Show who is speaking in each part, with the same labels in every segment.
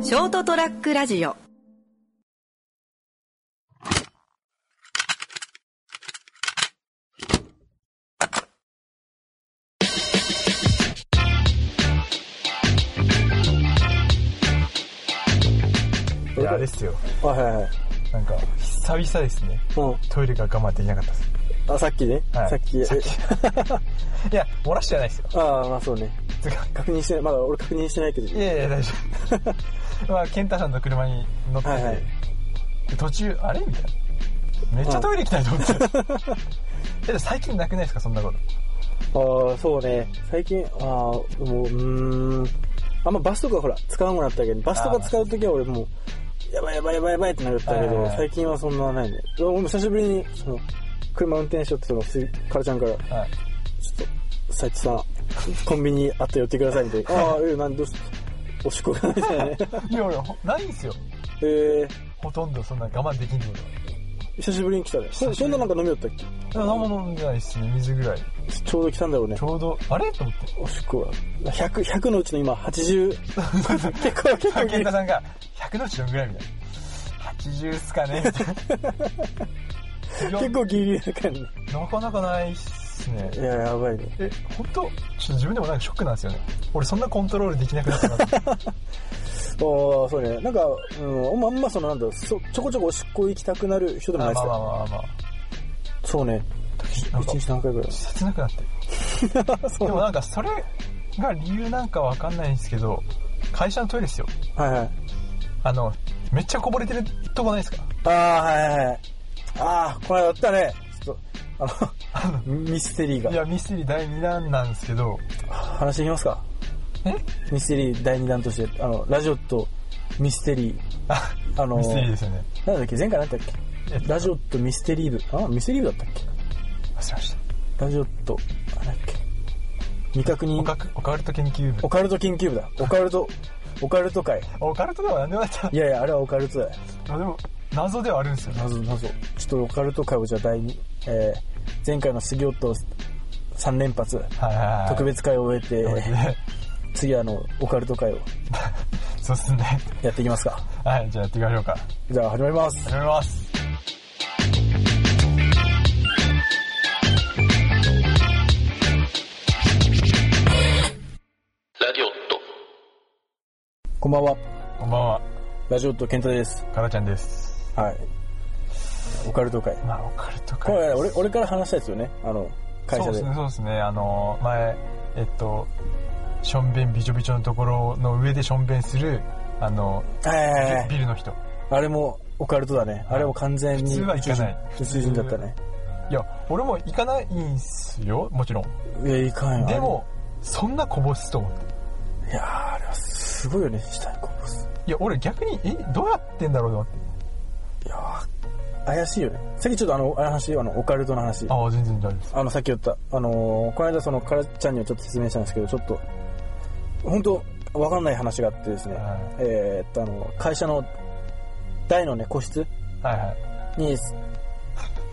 Speaker 1: ショートトラックラジオ
Speaker 2: いやあれっすよ
Speaker 3: はいはいはい。
Speaker 2: なんか久々ですね
Speaker 3: う
Speaker 2: トイレが我慢できなかったです、
Speaker 3: ん。あ、さっきね。
Speaker 2: はい、
Speaker 3: さっき。
Speaker 2: き
Speaker 3: え
Speaker 2: いや漏らしてないですよ
Speaker 3: ああ、まあそうね。
Speaker 2: つうか
Speaker 3: 確認してない。まだ俺確認してないけど。
Speaker 2: いやいや大丈 夫まあ健太さんの車に乗ってて、
Speaker 3: はいはい
Speaker 2: で途中あれみたいなめっちゃトイレ行きたいと思って えでも最近なくないですかそんなこと
Speaker 3: ああ、そうね。最近、ああ、もう、うーん。あんまバスとかほら、使わなくなったけど、バスとか使うときは俺もう、やばいやばいやばいやばいってなるったけ
Speaker 2: はいはい
Speaker 3: ど
Speaker 2: は、い
Speaker 3: 最近はそんなないね。俺も久しぶりに、その、車運転しようってその、すカラちゃんから、ちょ
Speaker 2: はい
Speaker 3: っと、サイチさん、コンビニあと寄ってくださいみたい な。ああ、うん、なんどうしたおしっこがないですよね。
Speaker 2: いやいやほないんですよ
Speaker 3: え
Speaker 2: ほとんどそんな我慢できんの
Speaker 3: ー、久しぶりに来たね。
Speaker 2: 久しぶり
Speaker 3: そそんななんか飲みよったっけ
Speaker 2: でも何も飲んでないっすね水ぐらい
Speaker 3: ちょうど来たんだろうね
Speaker 2: ち。ょうどあれと思って
Speaker 3: おしっこは。100、100のうちの今、80。結構、結構
Speaker 2: 健太さんが100のうちのぐらいみたいな80っす かねみたいないや
Speaker 3: 結構ギリギリな感じ。
Speaker 2: なかなかないっすね
Speaker 3: いや、やばいね。
Speaker 2: え本当ちょっと自分でもなんかショックなんですよね俺そんなコントロールできなくなった な
Speaker 3: ああ、そうね。なんか、うん、あんまその、なんだ、そちょこちょこおしっこ行きたくなる人でも
Speaker 2: ま
Speaker 3: な
Speaker 2: あ
Speaker 3: いで
Speaker 2: ますあまあ
Speaker 3: よ。
Speaker 2: まあまあ
Speaker 3: そうね。
Speaker 2: なんか
Speaker 3: 一日何回ぐらい。
Speaker 2: 切なくなって
Speaker 3: そ
Speaker 2: で
Speaker 3: う
Speaker 2: もなんかそれが理由なんかわかんないんですけど会社のトイレですよ
Speaker 3: はいはい。
Speaker 2: あのめっちゃこぼれてるとこないですか
Speaker 3: ああ、はいはい。ああ、この間あったね。ちょっと、あの、 ミステリー
Speaker 2: い
Speaker 3: が。
Speaker 2: やミステリー第2弾なんですけど
Speaker 3: 話していきますか。
Speaker 2: え
Speaker 3: ミステリー第2弾として、あの、ラジオとミステリー、
Speaker 2: あ
Speaker 3: あのー
Speaker 2: ミステリーですよね
Speaker 3: なんだっけ、前回なんだっ
Speaker 2: えっ
Speaker 3: け。
Speaker 2: と
Speaker 3: ラジオとミステリー部。あ、ミステリー部だったっけ
Speaker 2: 忘れました
Speaker 3: ラジオット、あれだっけ未確
Speaker 2: オ
Speaker 3: 認
Speaker 2: カ、クオカルト研究部
Speaker 3: オカルト研究部だ。オカルト、オカルト会。
Speaker 2: オカルトでは何でもないった
Speaker 3: いやいや、あれはオカルトだよ。
Speaker 2: でも謎ではあるんですよね
Speaker 3: 謎謎。ちょっとオカルト会をじゃあ第2、えー、前回の杉夫と3連発、
Speaker 2: はいはいはい
Speaker 3: 特別会を終えて、
Speaker 2: ね
Speaker 3: 次はあの、オカルト会を
Speaker 2: そうっすね
Speaker 3: やっていきますか。
Speaker 2: はいじゃあやっていきましょうか
Speaker 3: じゃあ始まります。
Speaker 2: 始めます
Speaker 4: ラディオット。
Speaker 3: こんばんは。
Speaker 2: こんばんは
Speaker 3: ラジオット健太です。
Speaker 2: かなちゃんです
Speaker 3: はい。オカルト会。
Speaker 2: まあオカルトか
Speaker 3: これ、俺、俺から話したやつよね。あの、会
Speaker 2: そ
Speaker 3: 社
Speaker 2: うで
Speaker 3: で。
Speaker 2: すねそうですねあの前えっとしょんべんびちょびちょのところの上でしょんべんするあの
Speaker 3: はいはいはい。
Speaker 2: ビルの人
Speaker 3: あれもオカルトだね。あれも完全に
Speaker 2: 普通は
Speaker 3: 宇宙
Speaker 2: 行か
Speaker 3: 人
Speaker 2: ない
Speaker 3: 宇宙人だったね。
Speaker 2: いや俺も行かないんすよもちろん
Speaker 3: いや、いかんよ。
Speaker 2: でもそんなこぼすと思って
Speaker 3: あれ、いやーあれはすごいよね、下にこぼす。
Speaker 2: いや俺逆にえどうやってんだろうと思って
Speaker 3: いやー怪しいよね。さっきちょっとあの、あの話、あの、オカルトの話。
Speaker 2: ああ全然大丈夫です
Speaker 3: あの、さっき言った、あのーこの間その、カラちゃんにはちょっと説明したんですけど、ちょっと、本当わかんない話があってですね、
Speaker 2: は
Speaker 3: えーっと、あの、会社の大のね、個室
Speaker 2: はいはい
Speaker 3: に、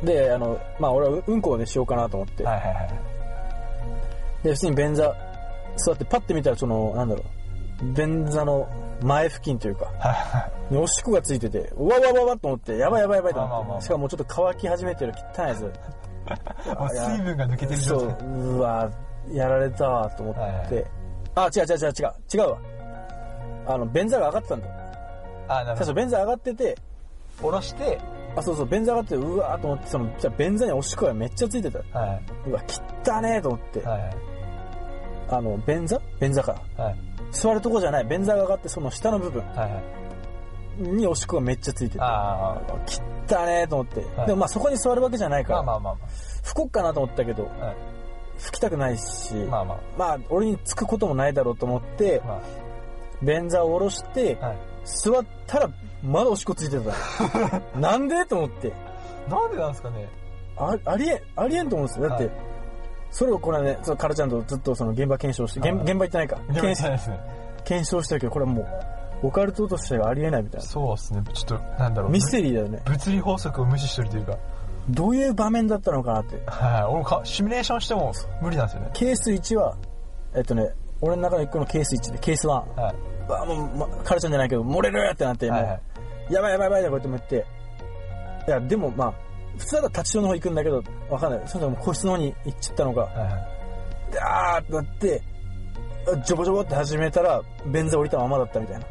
Speaker 3: で、あの、まあ、俺はうんこをね、しようかなと思って、
Speaker 2: はいはいはい
Speaker 3: で、普通に便座座ってパッて見たら、その、なんだろう、便座の前付近というか、
Speaker 2: は
Speaker 3: におしっこがついてて、うわうわうわうわと思って、やばいやばいやばいと
Speaker 2: まあまあ
Speaker 3: 思
Speaker 2: ま
Speaker 3: っ
Speaker 2: あ
Speaker 3: て、しかもちょっと乾き始めてる汚いやつ。
Speaker 2: いはいもう水分が抜けてる
Speaker 3: そ
Speaker 2: 状態
Speaker 3: う、うわ、やられたわと思
Speaker 2: はいは
Speaker 3: っ
Speaker 2: い
Speaker 3: て、あ、違う違う違う違う、違うわ。あの、便座が上がってたんだよ。
Speaker 2: ああなる
Speaker 3: 最
Speaker 2: ほ
Speaker 3: 初
Speaker 2: ど
Speaker 3: 便座上がってて、
Speaker 2: 下ろして
Speaker 3: あ、そうそう、便座上がってて、うわーと思って、その、じゃあ便座におしっこがめっちゃついてた。
Speaker 2: は
Speaker 3: うわ、汚ねえと思って、
Speaker 2: いはいはい
Speaker 3: あの、便座便座か。
Speaker 2: はい
Speaker 3: 座るとこじゃない、便座が上がって、その下の部分。
Speaker 2: はいはい
Speaker 3: におしっこがめっちゃついてて。
Speaker 2: あ
Speaker 3: 汚ねえと思って。
Speaker 2: はい
Speaker 3: でもまあそこに座るわけじゃない
Speaker 2: あ
Speaker 3: か
Speaker 2: まあ
Speaker 3: ら、
Speaker 2: まあまあま
Speaker 3: 拭こっかなと思ったけど、
Speaker 2: あ、はい、
Speaker 3: 拭きたくないし、
Speaker 2: ま
Speaker 3: まあ、
Speaker 2: あま
Speaker 3: 俺につくこともないだろうと思って
Speaker 2: あ、ま
Speaker 3: 便座を下ろして
Speaker 2: あ、、はい
Speaker 3: 座ったらまだおしっこついて た。なんでと思って。
Speaker 2: なんでなんですかね
Speaker 3: あありえん、ありえんと思うんですよ。だって、
Speaker 2: はい
Speaker 3: それをこれはね、そのカラちゃんとずっとその現場検証して、現
Speaker 2: はい
Speaker 3: 現場行ってないか。
Speaker 2: いや
Speaker 3: 検
Speaker 2: じゃないですね
Speaker 3: 検証したけど、これはもう、オカルトとしてはありえないみたいな。
Speaker 2: そうですねちょっとなんだろう
Speaker 3: ミステリーだよね。
Speaker 2: 物理法則を無視してるというか
Speaker 3: どういう場面だったのかなって。
Speaker 2: はい俺もかシミュレーションしても無理なんですよね
Speaker 3: ケース1は、えっとね、俺の中の1個のケース1で、ケース1。わ
Speaker 2: はい
Speaker 3: あもう、ま、カルちゃんじゃないけど、漏れるってなって、もう、
Speaker 2: はいはい
Speaker 3: やばいやばいやばいってこうやっても言って、いや、でもまあ、普通だったら立ち上の方行くんだけど、わかんない。その時もう個室の方に行っちゃったのか、
Speaker 2: はいはい
Speaker 3: であーってなって、ジョボジョボって始めたら、便座降りたままだったみたいな。で、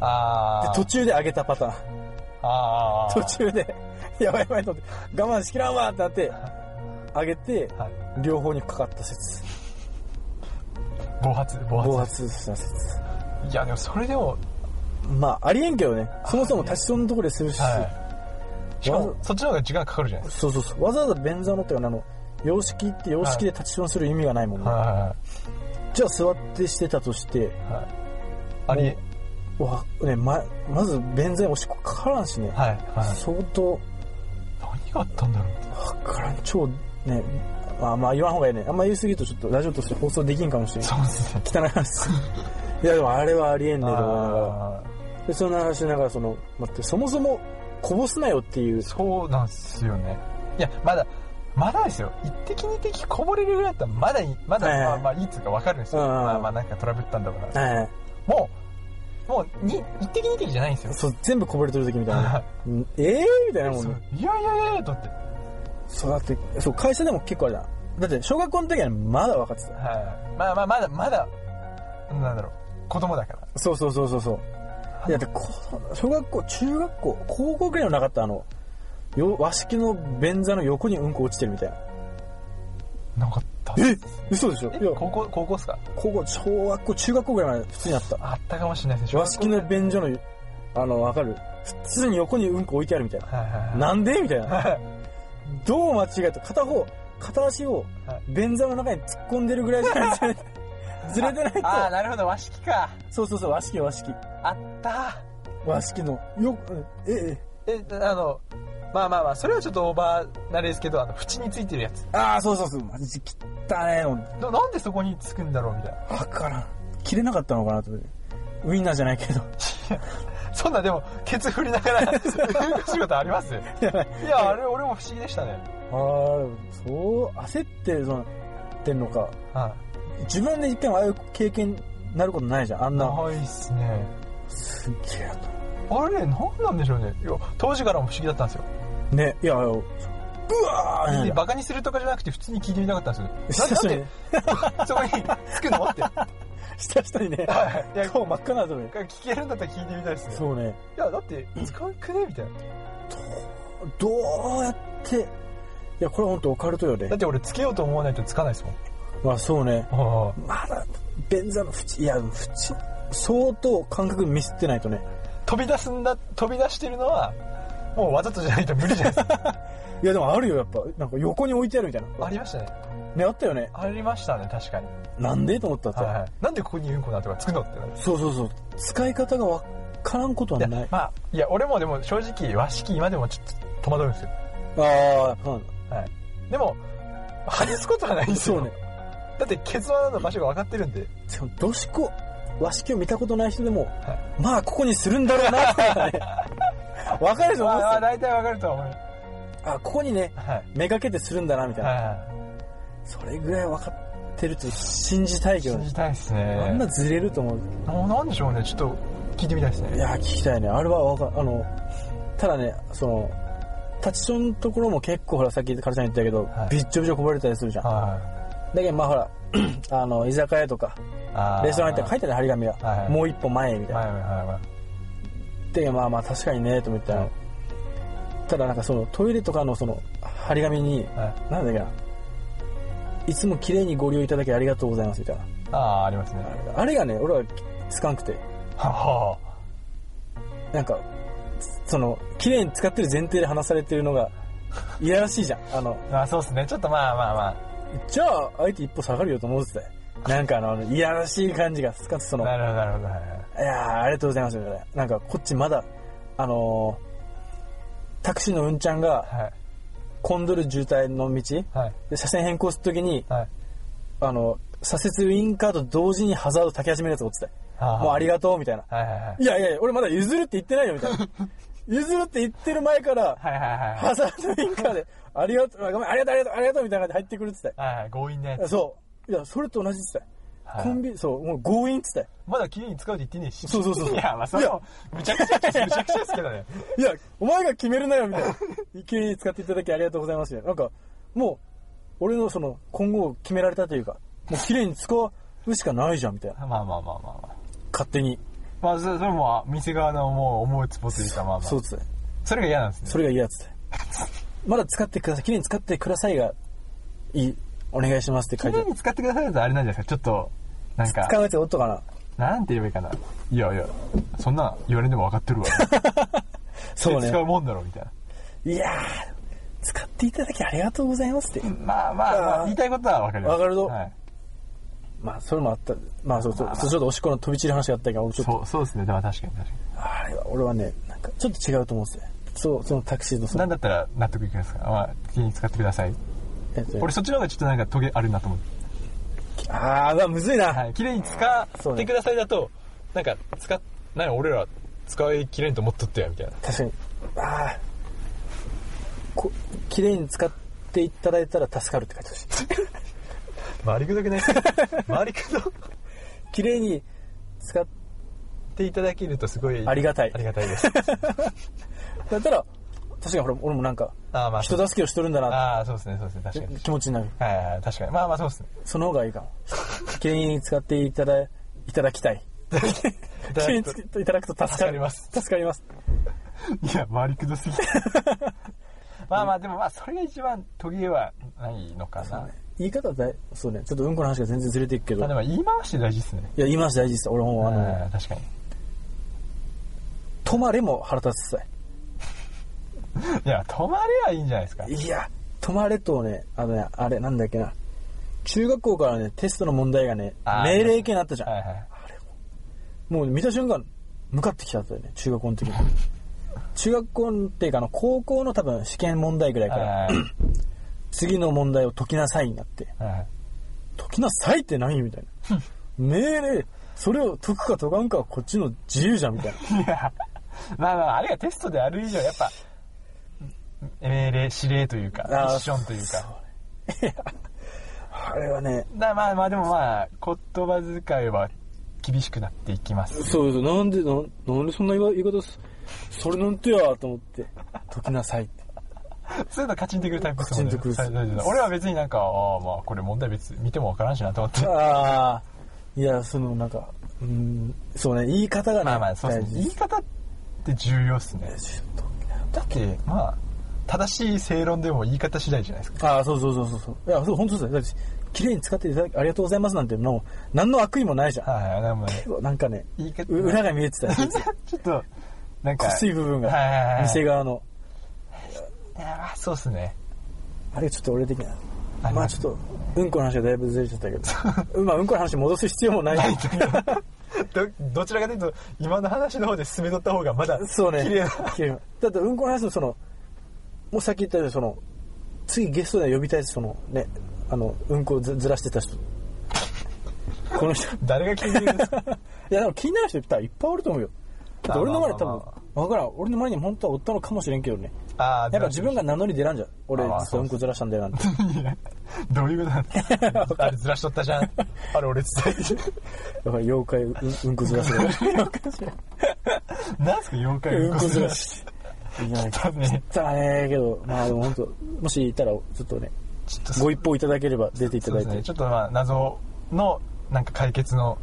Speaker 2: あー
Speaker 3: 途中で上げたパターン。
Speaker 2: あーあー
Speaker 3: 途中で、 やばいやばいと思って、我慢しきらんわってなって、上げて、
Speaker 2: はい
Speaker 3: 両方にかかった説。
Speaker 2: 暴発暴発
Speaker 3: 暴発した説。
Speaker 2: いやでもそれでも、
Speaker 3: まあ、ありえんけどね。そもそも立ちそうなところでするし、
Speaker 2: はい、しかもそっちの方が時間かかるじゃないです
Speaker 3: そうそうそう。わざわざ便座のっていうかあの、様式って様式で立ちそうする意味がないもんね。
Speaker 2: かは
Speaker 3: じゃあ座ってしてたとして、
Speaker 2: いはいはいあり
Speaker 3: わ、ね、ま、まず便座におしっこかからんしね。
Speaker 2: はいはい
Speaker 3: 相当、
Speaker 2: 何があったんだろう
Speaker 3: わからん、超、ね、まあまあ言わん方がいいね。あんま言いすぎるとちょっとラジオとして放送できんかもしれん。
Speaker 2: そうですね
Speaker 3: 汚い 話。いやでもあれはありえんねえと思いながら。
Speaker 2: あ
Speaker 3: で、そんな話しながら、その、待って、そもそもこぼすなよっていう
Speaker 2: ー、そうなんですよねいやまだまだですよ一滴二滴こぼれるぐらいだったらまだいいまだ、
Speaker 3: はいはい
Speaker 2: まあまあいいっつうか分かるんですよ、
Speaker 3: うんうんうん
Speaker 2: まあまあなんかトラブったんだろうな
Speaker 3: え
Speaker 2: もうもうに一滴二滴じゃないんです
Speaker 3: え
Speaker 2: よ
Speaker 3: そう、全部こぼれてる時みたい
Speaker 2: は
Speaker 3: な。うんええみたいなもん
Speaker 2: そ
Speaker 3: ね
Speaker 2: う。いやいやいやいやと思って
Speaker 3: そう、だって、そう、会社でも結構あれだ。だって、小学校の時はまだ分かってた。
Speaker 2: はい。まあまあ、まだ、まだ、なんだろう、子供だから。
Speaker 3: そうそうそうそうそう。いや、だってこ、小学校、中学校、高校くらいのなかった、あの、よ和式の便座の横にうんこ落ちてるみたいな。
Speaker 2: なかった。
Speaker 3: え嘘でしょい
Speaker 2: え
Speaker 3: や、
Speaker 2: 高校、高校っすか
Speaker 3: 高校、小学校、中学校くらいまで普通にあった。
Speaker 2: あったかもしれないですね。
Speaker 3: 和式の便所の、あの、わかる普通に横にうんこ置いてあるみたいな。
Speaker 2: はいはいはい。
Speaker 3: なんでみたいな。どう間違えた片方、片足を
Speaker 2: は
Speaker 3: 便座の中に突っ込んでるぐらいじゃない とずれてないと。
Speaker 2: ああ、なるほど、和式か。
Speaker 3: そうそうそう、和式和式。
Speaker 2: あった。
Speaker 3: 和式の、よく、うんええ、
Speaker 2: え、あの、まあまあまあ、それはちょっとオーバーなれですけど、あの、縁についてるやつ。
Speaker 3: ああ、そうそうそう、マジ汚ねえの。
Speaker 2: ななんでそこにつくんだろうみたいな。
Speaker 3: わからん。切れなかったのかなと思って。ウインナーじゃないけど。
Speaker 2: そんなでも、ケツ振りながら、仕事ありますいや、あれ、俺も不思議でしたね。
Speaker 3: ああ、そう、焦ってそのってんのか。
Speaker 2: は
Speaker 3: 自分で一回もああいう経験になることないじゃん、あん
Speaker 2: い。
Speaker 3: な。
Speaker 2: ないっすね。
Speaker 3: すっげえな
Speaker 2: あれ、なんなんでしょうね。いや、当時からも不思議だったんですよ。
Speaker 3: と。ね、いや、うわ
Speaker 2: 別に
Speaker 3: ー
Speaker 2: バカにするとかじゃなくて普通に聞いてみたかったんです よ。
Speaker 3: 久しぶり
Speaker 2: ね
Speaker 3: に、
Speaker 2: なんでそこにつくのって。
Speaker 3: 下下にね、
Speaker 2: い や
Speaker 3: 顔真っ赤なとね。
Speaker 2: 聞けるんだったら聞いてみたいですね。
Speaker 3: そうね。
Speaker 2: いや、だって使うくねみたいな。
Speaker 3: どうやって、いや、これほんとオカルトよね
Speaker 2: だっ。て俺つけようと思わないとつかないですもん。
Speaker 3: まあそうね。
Speaker 2: あ
Speaker 3: まだ、便座の縁、いや、縁、相当感覚ミスってないとね。
Speaker 2: あ飛び出すんだ、飛び出してるのは、もうわざとじゃないと無理じゃないです か。
Speaker 3: いや、でもあるよ、やっぱ。なんか横に置いてあるみたいな。
Speaker 2: ありましたね。
Speaker 3: ね、あったよね。
Speaker 2: ありましたね、確かに。
Speaker 3: なんでと思ったって、
Speaker 2: はいはい。なんでここにうんこなんとかつくのってなる。
Speaker 3: そうそうそう。使い方がわからんこと
Speaker 2: い
Speaker 3: は
Speaker 2: や
Speaker 3: ない。
Speaker 2: まあ、いや、俺もでも正直、和式今でもちょっと戸惑うんですよ。
Speaker 3: ああ、うん。
Speaker 2: はい。でも、外すことはないんですよ。
Speaker 3: そうね。
Speaker 2: だって、ケツ穴の場所が分かってるんで。
Speaker 3: しかも、どしこ、和式を見たことない人でも、
Speaker 2: は
Speaker 3: まあ、ここにするんだろうな って、ね。わかるでしょ、思うんです
Speaker 2: ああ、
Speaker 3: よ
Speaker 2: 大体分かるとは思います。
Speaker 3: あ、ここにね、
Speaker 2: はい。
Speaker 3: めがけてするんだな、みたいな。
Speaker 2: は
Speaker 3: それぐらいわかってると信じたい
Speaker 2: い。
Speaker 3: けど
Speaker 2: 信
Speaker 3: ね
Speaker 2: じ。たいです
Speaker 3: あん
Speaker 2: ね。
Speaker 3: なずれると思う。
Speaker 2: な、なんでしょうね。ちょっと聞いてみたいです
Speaker 3: い
Speaker 2: ね。
Speaker 3: や、聞きたいね。あれはわかあの、ただね、その、立ちションのところも結構ほら、さっきカルちゃん言ったけど、
Speaker 2: はい
Speaker 3: びっちょびちょこぼれたりするじゃん。だ
Speaker 2: は
Speaker 3: けど、まあほら、 あの、居酒屋とか、
Speaker 2: い。あー
Speaker 3: レストラン行ったら書いてある張り紙が、
Speaker 2: はい
Speaker 3: もう一歩前みたいな。
Speaker 2: はいはいはいはい。
Speaker 3: で、まあまあ確かにね、と思ったら、
Speaker 2: はい
Speaker 3: ただなんかその、トイレとかのその、張り紙に、
Speaker 2: はい
Speaker 3: なんだっけな、いつも綺麗にご利用いただきありがとうございます、みたい
Speaker 2: あ
Speaker 3: な。
Speaker 2: あ、ありますね。
Speaker 3: あれがね、俺はつかんくて、
Speaker 2: はは
Speaker 3: なんか、その、綺麗に使ってる前提で話されてるのが、いやらしいじゃん。あの、
Speaker 2: あそうですね。ちょっとまあまあ
Speaker 3: じゃあ、相手一歩下がるよと思ってたよ。なんかあの、あのいやらしい感じが、つかつそ
Speaker 2: ま
Speaker 3: の、
Speaker 2: あ。
Speaker 3: い
Speaker 2: なるほどなるほど。はいはい
Speaker 3: やー、ありがとうございます、みたいな。なんか、こっちまだ、あのータクシーのうんちゃんが、
Speaker 2: はい。
Speaker 3: コンドル渋滞の道、
Speaker 2: はい。
Speaker 3: で車線変更するときに、
Speaker 2: はい。
Speaker 3: あの、左折ウインカーと同時にハザード炊き始めるやつをってたよ。
Speaker 2: あー
Speaker 3: もうありがとう、みたいな。
Speaker 2: はいはいはい。
Speaker 3: いやいやいや、俺まだ譲るって言ってないよ、みたい な。譲るって言ってる前から、
Speaker 2: はいはいはい
Speaker 3: ハザードウインカーで、ありがとう、あごめん、ありがとう、ありがとう、ありがとうみたいな感じで入ってくるって言ってたよ。
Speaker 2: はいはい。強引なやつ。
Speaker 3: そう。いや、それと同じって言ってたよ。
Speaker 2: はい
Speaker 3: コンビ、そう、もう強引っつったよ。
Speaker 2: まだ綺麗に使うって言ってねえし。
Speaker 3: そうそう そう
Speaker 2: いや、まあ、それはもう、むちゃくちゃです、むちゃくちゃですけどね。
Speaker 3: いや、お前が決めるなよ、みたい な。一気に使っていただきありがとうございますね。なんか、もう、俺のその、今後を決められたというか、もう綺麗に使うしかないじゃん、みたいな。
Speaker 2: まあまあまあまあまあ。
Speaker 3: 勝手に。
Speaker 2: まあ、それそれも、店側のもう思うツボというか、まあまあ
Speaker 3: そうっ。つって。
Speaker 2: それが嫌なんですね。
Speaker 3: それが嫌っつって。まだ使ってください。綺麗に使ってくださいが、いい。お願いしますって書
Speaker 2: 綺
Speaker 3: いてあ
Speaker 2: 麗
Speaker 3: る。
Speaker 2: に使ってくださいだとあれなんじゃないですか。ちょっと、なんか、
Speaker 3: 使うやつおっとかな。
Speaker 2: なんて言えばいいかな。いやいや、そんな言われても分かってるわ。
Speaker 3: そうね
Speaker 2: 使。うもんだろ、みたいな。
Speaker 3: いやー、使っていただきありがとうございますって。
Speaker 2: まあまあ、ま
Speaker 3: あ
Speaker 2: あ、
Speaker 3: ー
Speaker 2: 言いたいことは分かります。
Speaker 3: わかるぞ
Speaker 2: はい。
Speaker 3: まあ、それもあった。まあ、そうそう。そうちょっとおしっこの飛び散り話があったけど、俺ちょっと、
Speaker 2: そう、そうですね。でも確かに確か
Speaker 3: あれは、俺はね、なんか、ちょっと違うと思うんですよ。そう、そのタクシーの
Speaker 2: に。
Speaker 3: そ
Speaker 2: なんだ
Speaker 3: の、
Speaker 2: ったら納得いくんですかまあ、気に使ってください。
Speaker 3: えっとね
Speaker 2: 俺そっちの方がちょっとなんかトゲあるなと思って。
Speaker 3: あー、まあ、むずいな。
Speaker 2: はい。綺麗に使
Speaker 3: そう
Speaker 2: って
Speaker 3: ね
Speaker 2: くださいだと、なんか、使っ、なんか俺ら使いきれんと思っとったよ、みたいな。
Speaker 3: 確かに。ああ。こ、綺麗に使っていただいたら助かるって書いて ほしい。
Speaker 2: 回りくどくない ですか回りくど
Speaker 3: 綺麗に使っ
Speaker 2: っていただけるとすごい。
Speaker 3: ありがたい
Speaker 2: ありがたいです。
Speaker 3: だったら、確かに俺も俺もなんか、
Speaker 2: ああ、まあ。
Speaker 3: 人助けをしとるんだなっ
Speaker 2: ああ、そうですね、そうですね。確か
Speaker 3: て
Speaker 2: に。
Speaker 3: 気持ちになる。
Speaker 2: はいはいはい、確かに。まあまあ、そうですね。
Speaker 3: その方がいいか も。綺麗に使っていただ、いただきたい。
Speaker 2: い
Speaker 3: 綺
Speaker 2: ただ
Speaker 3: 麗に
Speaker 2: くと
Speaker 3: 使っていただくと助
Speaker 2: 助
Speaker 3: か
Speaker 2: か
Speaker 3: り
Speaker 2: り
Speaker 3: ま
Speaker 2: ますす。
Speaker 3: 助かります。
Speaker 2: いや、回りくどすぎて。 まあまあ、でもまあ、それが一番途切れはないのかな。
Speaker 3: 言い方だい、そうね、ちょっとうんこの話が全然ずれていくけど。
Speaker 2: まあ
Speaker 3: い
Speaker 2: で
Speaker 3: や、
Speaker 2: も言い回し大事ですね。
Speaker 3: 言い回し大事です。俺もうあの、
Speaker 2: はい確かに。
Speaker 3: 止まれも腹立つさい。
Speaker 2: いや、止まれはいいんじゃないですか。
Speaker 3: いや、止まれとね、あのね、あれ、なんだっけな。中学校からね、テストの問題がね
Speaker 2: あ、ー
Speaker 3: 命令系になったじゃん。
Speaker 2: はいはい。
Speaker 3: もう見た瞬間、向かってきたんだよね、中学校の時に。中学校っていうか、あの、高校の多分試験問題ぐらいか
Speaker 2: はい
Speaker 3: ら、
Speaker 2: はい
Speaker 3: 次の問題を解きなさいになって、
Speaker 2: はいはい。
Speaker 3: 解きなさいって何みたいな。命令、それを解くか解かんかはこっちの自由じゃん、みたいな。
Speaker 2: いや、まあまあ、あれがテストである以上、やっぱ、命令、指令というか、ミ
Speaker 3: あー
Speaker 2: ッションというか。
Speaker 3: あれはね、
Speaker 2: だまあまあ、でもまあ、言葉遣いは厳しくなっていきます。
Speaker 3: そうそう、なんで、なんなんでそんな言わ言い方す、それなんてや、と思って、解きなさいって。
Speaker 2: そういうのカチンとくるタイプですもんね
Speaker 3: カチンとくる
Speaker 2: そうそうそう俺は別になんか、ああまあ、これ問題別に見てもわからんしなと思って。
Speaker 3: ああ、いや、その、なんか、うーん、そうね、言い方がね、
Speaker 2: まあまあ、そうで
Speaker 3: 大
Speaker 2: す
Speaker 3: 事
Speaker 2: ね。言い方って重要っすね。
Speaker 3: ちょっ
Speaker 2: だって、まあ、正しい正論でも言い方次第じゃないですか。
Speaker 3: とああ、そうそうそうそうそう。いや、そう、本当そうだよ。だって、綺麗に使っていただき、ありがとうございますなんていうの、何の悪意もないじゃん。
Speaker 2: はいはい、なんかね
Speaker 3: なんかね、
Speaker 2: 言い方
Speaker 3: う裏が見えて たよ。
Speaker 2: ちょっと、なんか、
Speaker 3: 薄い部分が、
Speaker 2: はいはいはい
Speaker 3: 店側の。
Speaker 2: いやまあそうっすね。
Speaker 3: あれ、ちょっと俺的な。
Speaker 2: あり
Speaker 3: まあ
Speaker 2: ま
Speaker 3: ちょ
Speaker 2: す
Speaker 3: っと、うんこの話はだいぶずれちゃったけど。 まあ、うんこの話戻す必要もない。
Speaker 2: ど、どちらかというと、今の話の方で進めとった方がまだ、
Speaker 3: そう ね。
Speaker 2: 綺麗な。
Speaker 3: 綺麗なだって、うんこの話のその、もうさっき言ったように、その、次ゲストで呼びたいその、ね、あの、うんこをずずらしてた人。この人。い
Speaker 2: 誰が聞いてるん ですか
Speaker 3: や、でも気になる人いっぱいいっぱいおると思うよ。だって俺の前に多
Speaker 2: まあ
Speaker 3: 分
Speaker 2: まあま、
Speaker 3: わからん。俺の前に本当はおったのかもしれんけどね。
Speaker 2: ああ、
Speaker 3: やっぱ自分が名乗り出らんじゃん。俺、
Speaker 2: まあまあ
Speaker 3: 実はうんこずらしたんだよなんて。
Speaker 2: いやどういうことなんあれずらしとったじゃん。あれ俺伝えて。
Speaker 3: だから妖怪うん、うんこずら す。妖怪ずら
Speaker 2: なんすか妖怪
Speaker 3: うんこず らし。いや、
Speaker 2: 多分ね、
Speaker 3: 汚ねえけど、まあでも本当、もしいたら、ちょっとね、
Speaker 2: ちょっとそ
Speaker 3: ご一報いただければ出てい
Speaker 2: そ
Speaker 3: た
Speaker 2: う
Speaker 3: だ
Speaker 2: で
Speaker 3: い
Speaker 2: す
Speaker 3: て
Speaker 2: ね。。ちょっとまあ謎のなんか解決の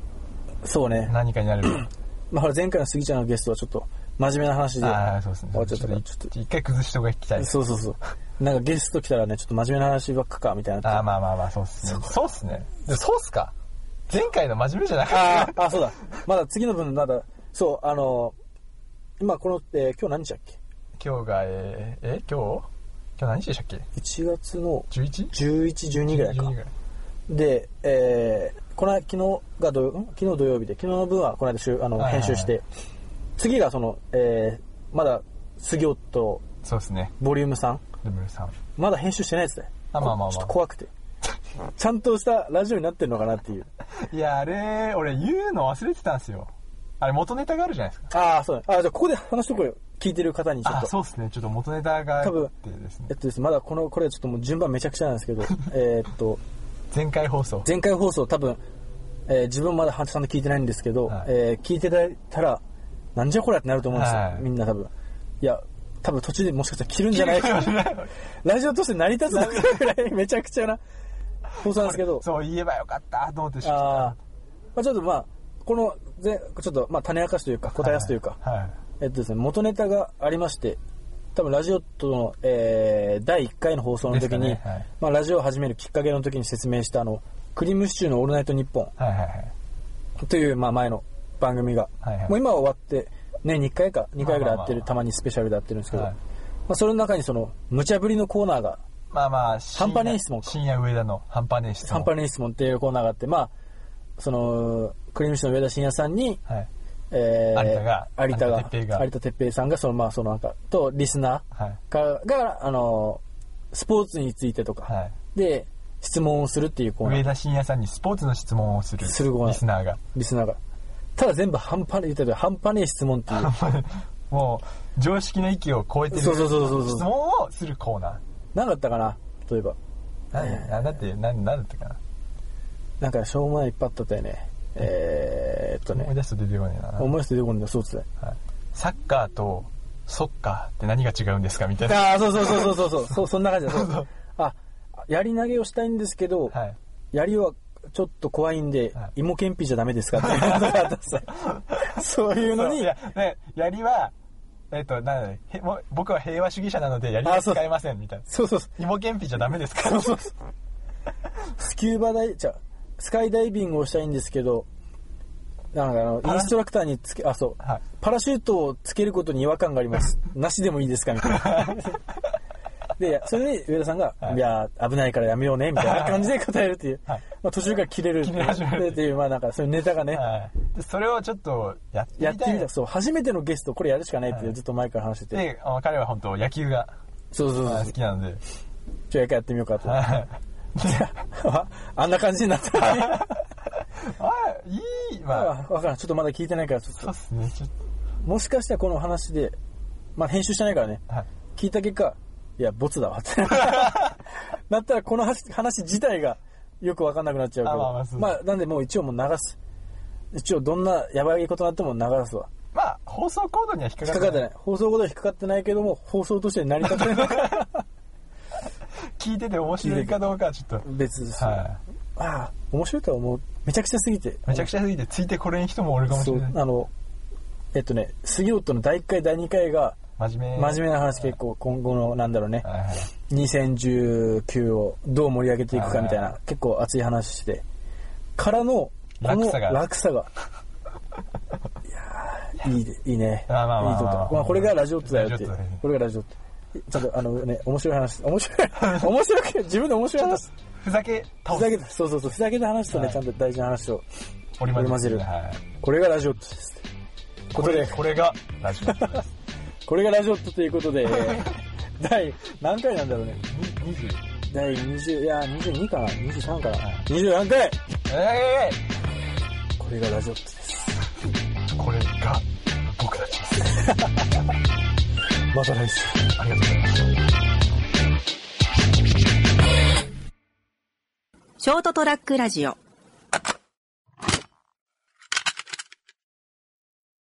Speaker 3: そうね。
Speaker 2: 何かになれる。
Speaker 3: まあ、ほら前回の杉ちゃんのゲストはちょっと真面目な話で、
Speaker 2: ああ、そうですね。
Speaker 3: 終わっちゃったから
Speaker 2: ちょっと一回崩しとがきたいです。
Speaker 3: そうそうそう。なんかゲスト来たらね、ちょっと真面目な話ばっかか、みたいになって。
Speaker 2: ああ、まあまあまあ、そうっすね。そうっすね。でもそうっすか。前回の真面目じゃなか
Speaker 3: あ
Speaker 2: っ
Speaker 3: ーあ、そうだ。まだ次の分、まだ、そう、あのー今この、えー今日何日だっけ
Speaker 2: た。今日が、えー、え、今日今日何日でしたっけ
Speaker 3: ?1 月の
Speaker 2: ?11?
Speaker 3: 11、12ぐらいか
Speaker 2: 12。らい
Speaker 3: で、えーこの昨日が土曜ん昨日土曜日で、昨日の分はこの間しゅあの
Speaker 2: はいはい
Speaker 3: 編集して、次がその、えーまだ杉尾と
Speaker 2: そうっすね。
Speaker 3: ボリューム3、
Speaker 2: ルムルさん。
Speaker 3: まだ編集してないやつだよ。
Speaker 2: あまあまあまあ
Speaker 3: ちょっと怖くて。ちゃんとしたラジオになってるのかなっていう。
Speaker 2: いや、あれ、俺言うの忘れてたんすよ。あれ元ネタがあるじゃないですか。
Speaker 3: ああ、そうだ。あーじゃあここで話しとこうよ。聞いてる方にちょっ
Speaker 2: あ、
Speaker 3: と。
Speaker 2: そうですね。ちょっと元ネタがあ
Speaker 3: 多分
Speaker 2: ってですね
Speaker 3: えっ。とですね、まだこの、これちょっ ともう順番めちゃくちゃなんですけど、えーっと、
Speaker 2: 前回放送。
Speaker 3: 前回放送多分、ええー自分まだハンチさんの聞いてないんですけど、
Speaker 2: はい
Speaker 3: えー聞いていただいたら、なんじゃこりゃってなると思うんですよ、
Speaker 2: はい
Speaker 3: みんな多分。いや、多分途中でもしかしたら切るんじゃないか な。ラジオとして成り立つのかぐらいめちゃくちゃな放送なんですけど、
Speaker 2: そう言えばよかったと思ってし
Speaker 3: あ
Speaker 2: まっ
Speaker 3: ーまあちょっとまあ、この前、ちょっとまあ種明かしというか、
Speaker 2: た
Speaker 3: 答え合わせというか、
Speaker 2: はいはい
Speaker 3: えっとですね、元ネタがありまして、多分ラジオとの、えー第1回の放送の時に、
Speaker 2: ですかねはい
Speaker 3: まあ、ラジオを始めるきっかけの時に説明したあの、クリームシチューのオールナイトニッポン
Speaker 2: はいはいはい
Speaker 3: という、まあ、前の番組が、
Speaker 2: はいはい
Speaker 3: もう今は終わって、ね、2回か、2回ぐら
Speaker 2: まあまあ
Speaker 3: いやってる、
Speaker 2: まあ
Speaker 3: たまにスペシャルでやってるんですけど、
Speaker 2: はい
Speaker 3: まあ、それの中にその、無茶ぶりのコーナーが、
Speaker 2: まあまあ深夜
Speaker 3: 半端ねえ質問か
Speaker 2: 深夜上田の半端ねえ質問
Speaker 3: 半端ねえ質問っていうコーナーがあって、まあ、その、クリームシチューの上田晋也さんに、
Speaker 2: はい
Speaker 3: えー
Speaker 2: 有田が
Speaker 3: 有田
Speaker 2: 有田哲平
Speaker 3: が、
Speaker 2: が
Speaker 3: 有田哲平さんが、その、まあ、そのなんか、と、リスナー、
Speaker 2: はい
Speaker 3: が、が、あの、スポーツについてとか、
Speaker 2: はい
Speaker 3: で、質問をするっていうコーナ
Speaker 2: 上
Speaker 3: ー、
Speaker 2: 田晋也さんにスポーツの質問をする
Speaker 3: するごめん
Speaker 2: リスナーが
Speaker 3: リスナーが。ただ全部半端ね、言ったら半端ねえ質問っていう。
Speaker 2: もう常識の域を超えてる
Speaker 3: そうそうそうそうそう
Speaker 2: 質問をするコーナ
Speaker 3: 何だったかな例えば。
Speaker 2: ーなんなんだって何だったかな
Speaker 3: なんか、しょうもないいっぱいあったったよね。えー、っと
Speaker 2: 思い
Speaker 3: ね、
Speaker 2: 出すと出てこねえな
Speaker 3: 思い出して出てこないんだよ、そうっすね。
Speaker 2: はいサッカーとソッカーって何が違うんですかみたい な
Speaker 3: ああ、そうそうそうそう そう、そうそんな感じだ。そうあ、やり投げをしたいんですけど、
Speaker 2: はい
Speaker 3: やりはちょっと怖いんで、
Speaker 2: はい
Speaker 3: 芋けんぴじゃダメですかっていうことがあったんですよ そういうのに
Speaker 2: い、やねやりはえっとなんだねへもう僕は平和主義者なのでやりは
Speaker 3: あそう
Speaker 2: 使えませんみたいな
Speaker 3: そうそうそう。
Speaker 2: 芋けんぴじゃダメですか
Speaker 3: そうそうそう スキューバダイ、じゃあスカイダイビングをしたいんですけど、なんかあの、
Speaker 2: ラ
Speaker 3: インストラクターにつけ、あ、そう、
Speaker 2: はい
Speaker 3: パラシュートをつけることに違和感があ ります。なしでもいいですかみたいな。で、それで上田さんが、
Speaker 2: はい
Speaker 3: い、や、危ないからやめようね、みたいな感じで答えるっていう。
Speaker 2: はい
Speaker 3: まあ、途中から切れるってい
Speaker 2: 切れ始める
Speaker 3: う、っていうまあなんか、そういうネタがね、
Speaker 2: はいでそれをちょっとやってみたい
Speaker 3: やってみた。そう、初めてのゲスト、これやるしかないっていう、ずっと前から話してて。
Speaker 2: であの彼は本当野球が
Speaker 3: そうそうそう
Speaker 2: 好。きなので
Speaker 3: ちょ、一回やってみようかと。
Speaker 2: はいで
Speaker 3: あんな感じになった、ね。
Speaker 2: あいいまあ
Speaker 3: わからん。ちょっとまだ聞いてないから、ちょっと
Speaker 2: そうっすねちょっ
Speaker 3: もしかしたらこの話で、まあ編集してないからね、
Speaker 2: とはい
Speaker 3: 聞いた結果、いや、ボツだわ って。なったらこの話話自体がよくわかんなくなっちゃうけど。
Speaker 2: あまあまあそう
Speaker 3: なんでもう一応もう流す。一応どんなやばいことになっても流すわ。
Speaker 2: まあ放送コードには引っ
Speaker 3: 引っ
Speaker 2: か
Speaker 3: か
Speaker 2: か
Speaker 3: か
Speaker 2: っ
Speaker 3: っ
Speaker 2: て
Speaker 3: て
Speaker 2: な
Speaker 3: ないい。放送ごとは引っかかってないけども、放送として成り立ってないから、
Speaker 2: 聞いてて面白いかどうかはちょっ
Speaker 3: 別です
Speaker 2: と
Speaker 3: よ。
Speaker 2: は
Speaker 3: ああ、面白いとは思う。めちゃくちゃすぎて。
Speaker 2: いめちゃくちゃすぎてついてこれん人もおるかもし
Speaker 3: そ
Speaker 2: れ
Speaker 3: う
Speaker 2: ない、
Speaker 3: あの、えっとね、杉夫の第1回、第2回が、
Speaker 2: 真面目
Speaker 3: 真面目な話結構今後の、なんだろうね、
Speaker 2: はいはい
Speaker 3: 2019をどう盛り上げていくかみたい
Speaker 2: はい
Speaker 3: な、結構熱い話して、からの、この
Speaker 2: 落差が
Speaker 3: 落 差が。いやーいいで、いいね。
Speaker 2: まあまあまあ
Speaker 3: いいと
Speaker 2: まあまあ
Speaker 3: こまあこれがラジオットだよっていう
Speaker 2: ラジオットだよ。
Speaker 3: これがラジオット。ちょっとあのね、面白い話、面白い、 面白く、自分で面白い話、
Speaker 2: ふざけ倒
Speaker 3: ふ
Speaker 2: す
Speaker 3: ざけた、そうそうそう、ふざけた話とね、
Speaker 2: はい
Speaker 3: ちゃんと大事な話を。
Speaker 2: 折り混ぜる
Speaker 3: 折り
Speaker 2: はい
Speaker 3: これがラジオットです。こ
Speaker 2: ことれ
Speaker 3: で、
Speaker 2: これがラ ジオです
Speaker 3: これがラジオットというこ とで、えー第、何回なんだろうね。
Speaker 2: に20
Speaker 3: 第20、いや、22かな ?23 かな
Speaker 2: はい
Speaker 3: ?24 回
Speaker 2: え
Speaker 3: これがラジオットです。
Speaker 2: えこれが僕たち です
Speaker 3: また来週。
Speaker 2: ありがとうございます
Speaker 1: ショートトラックラジオ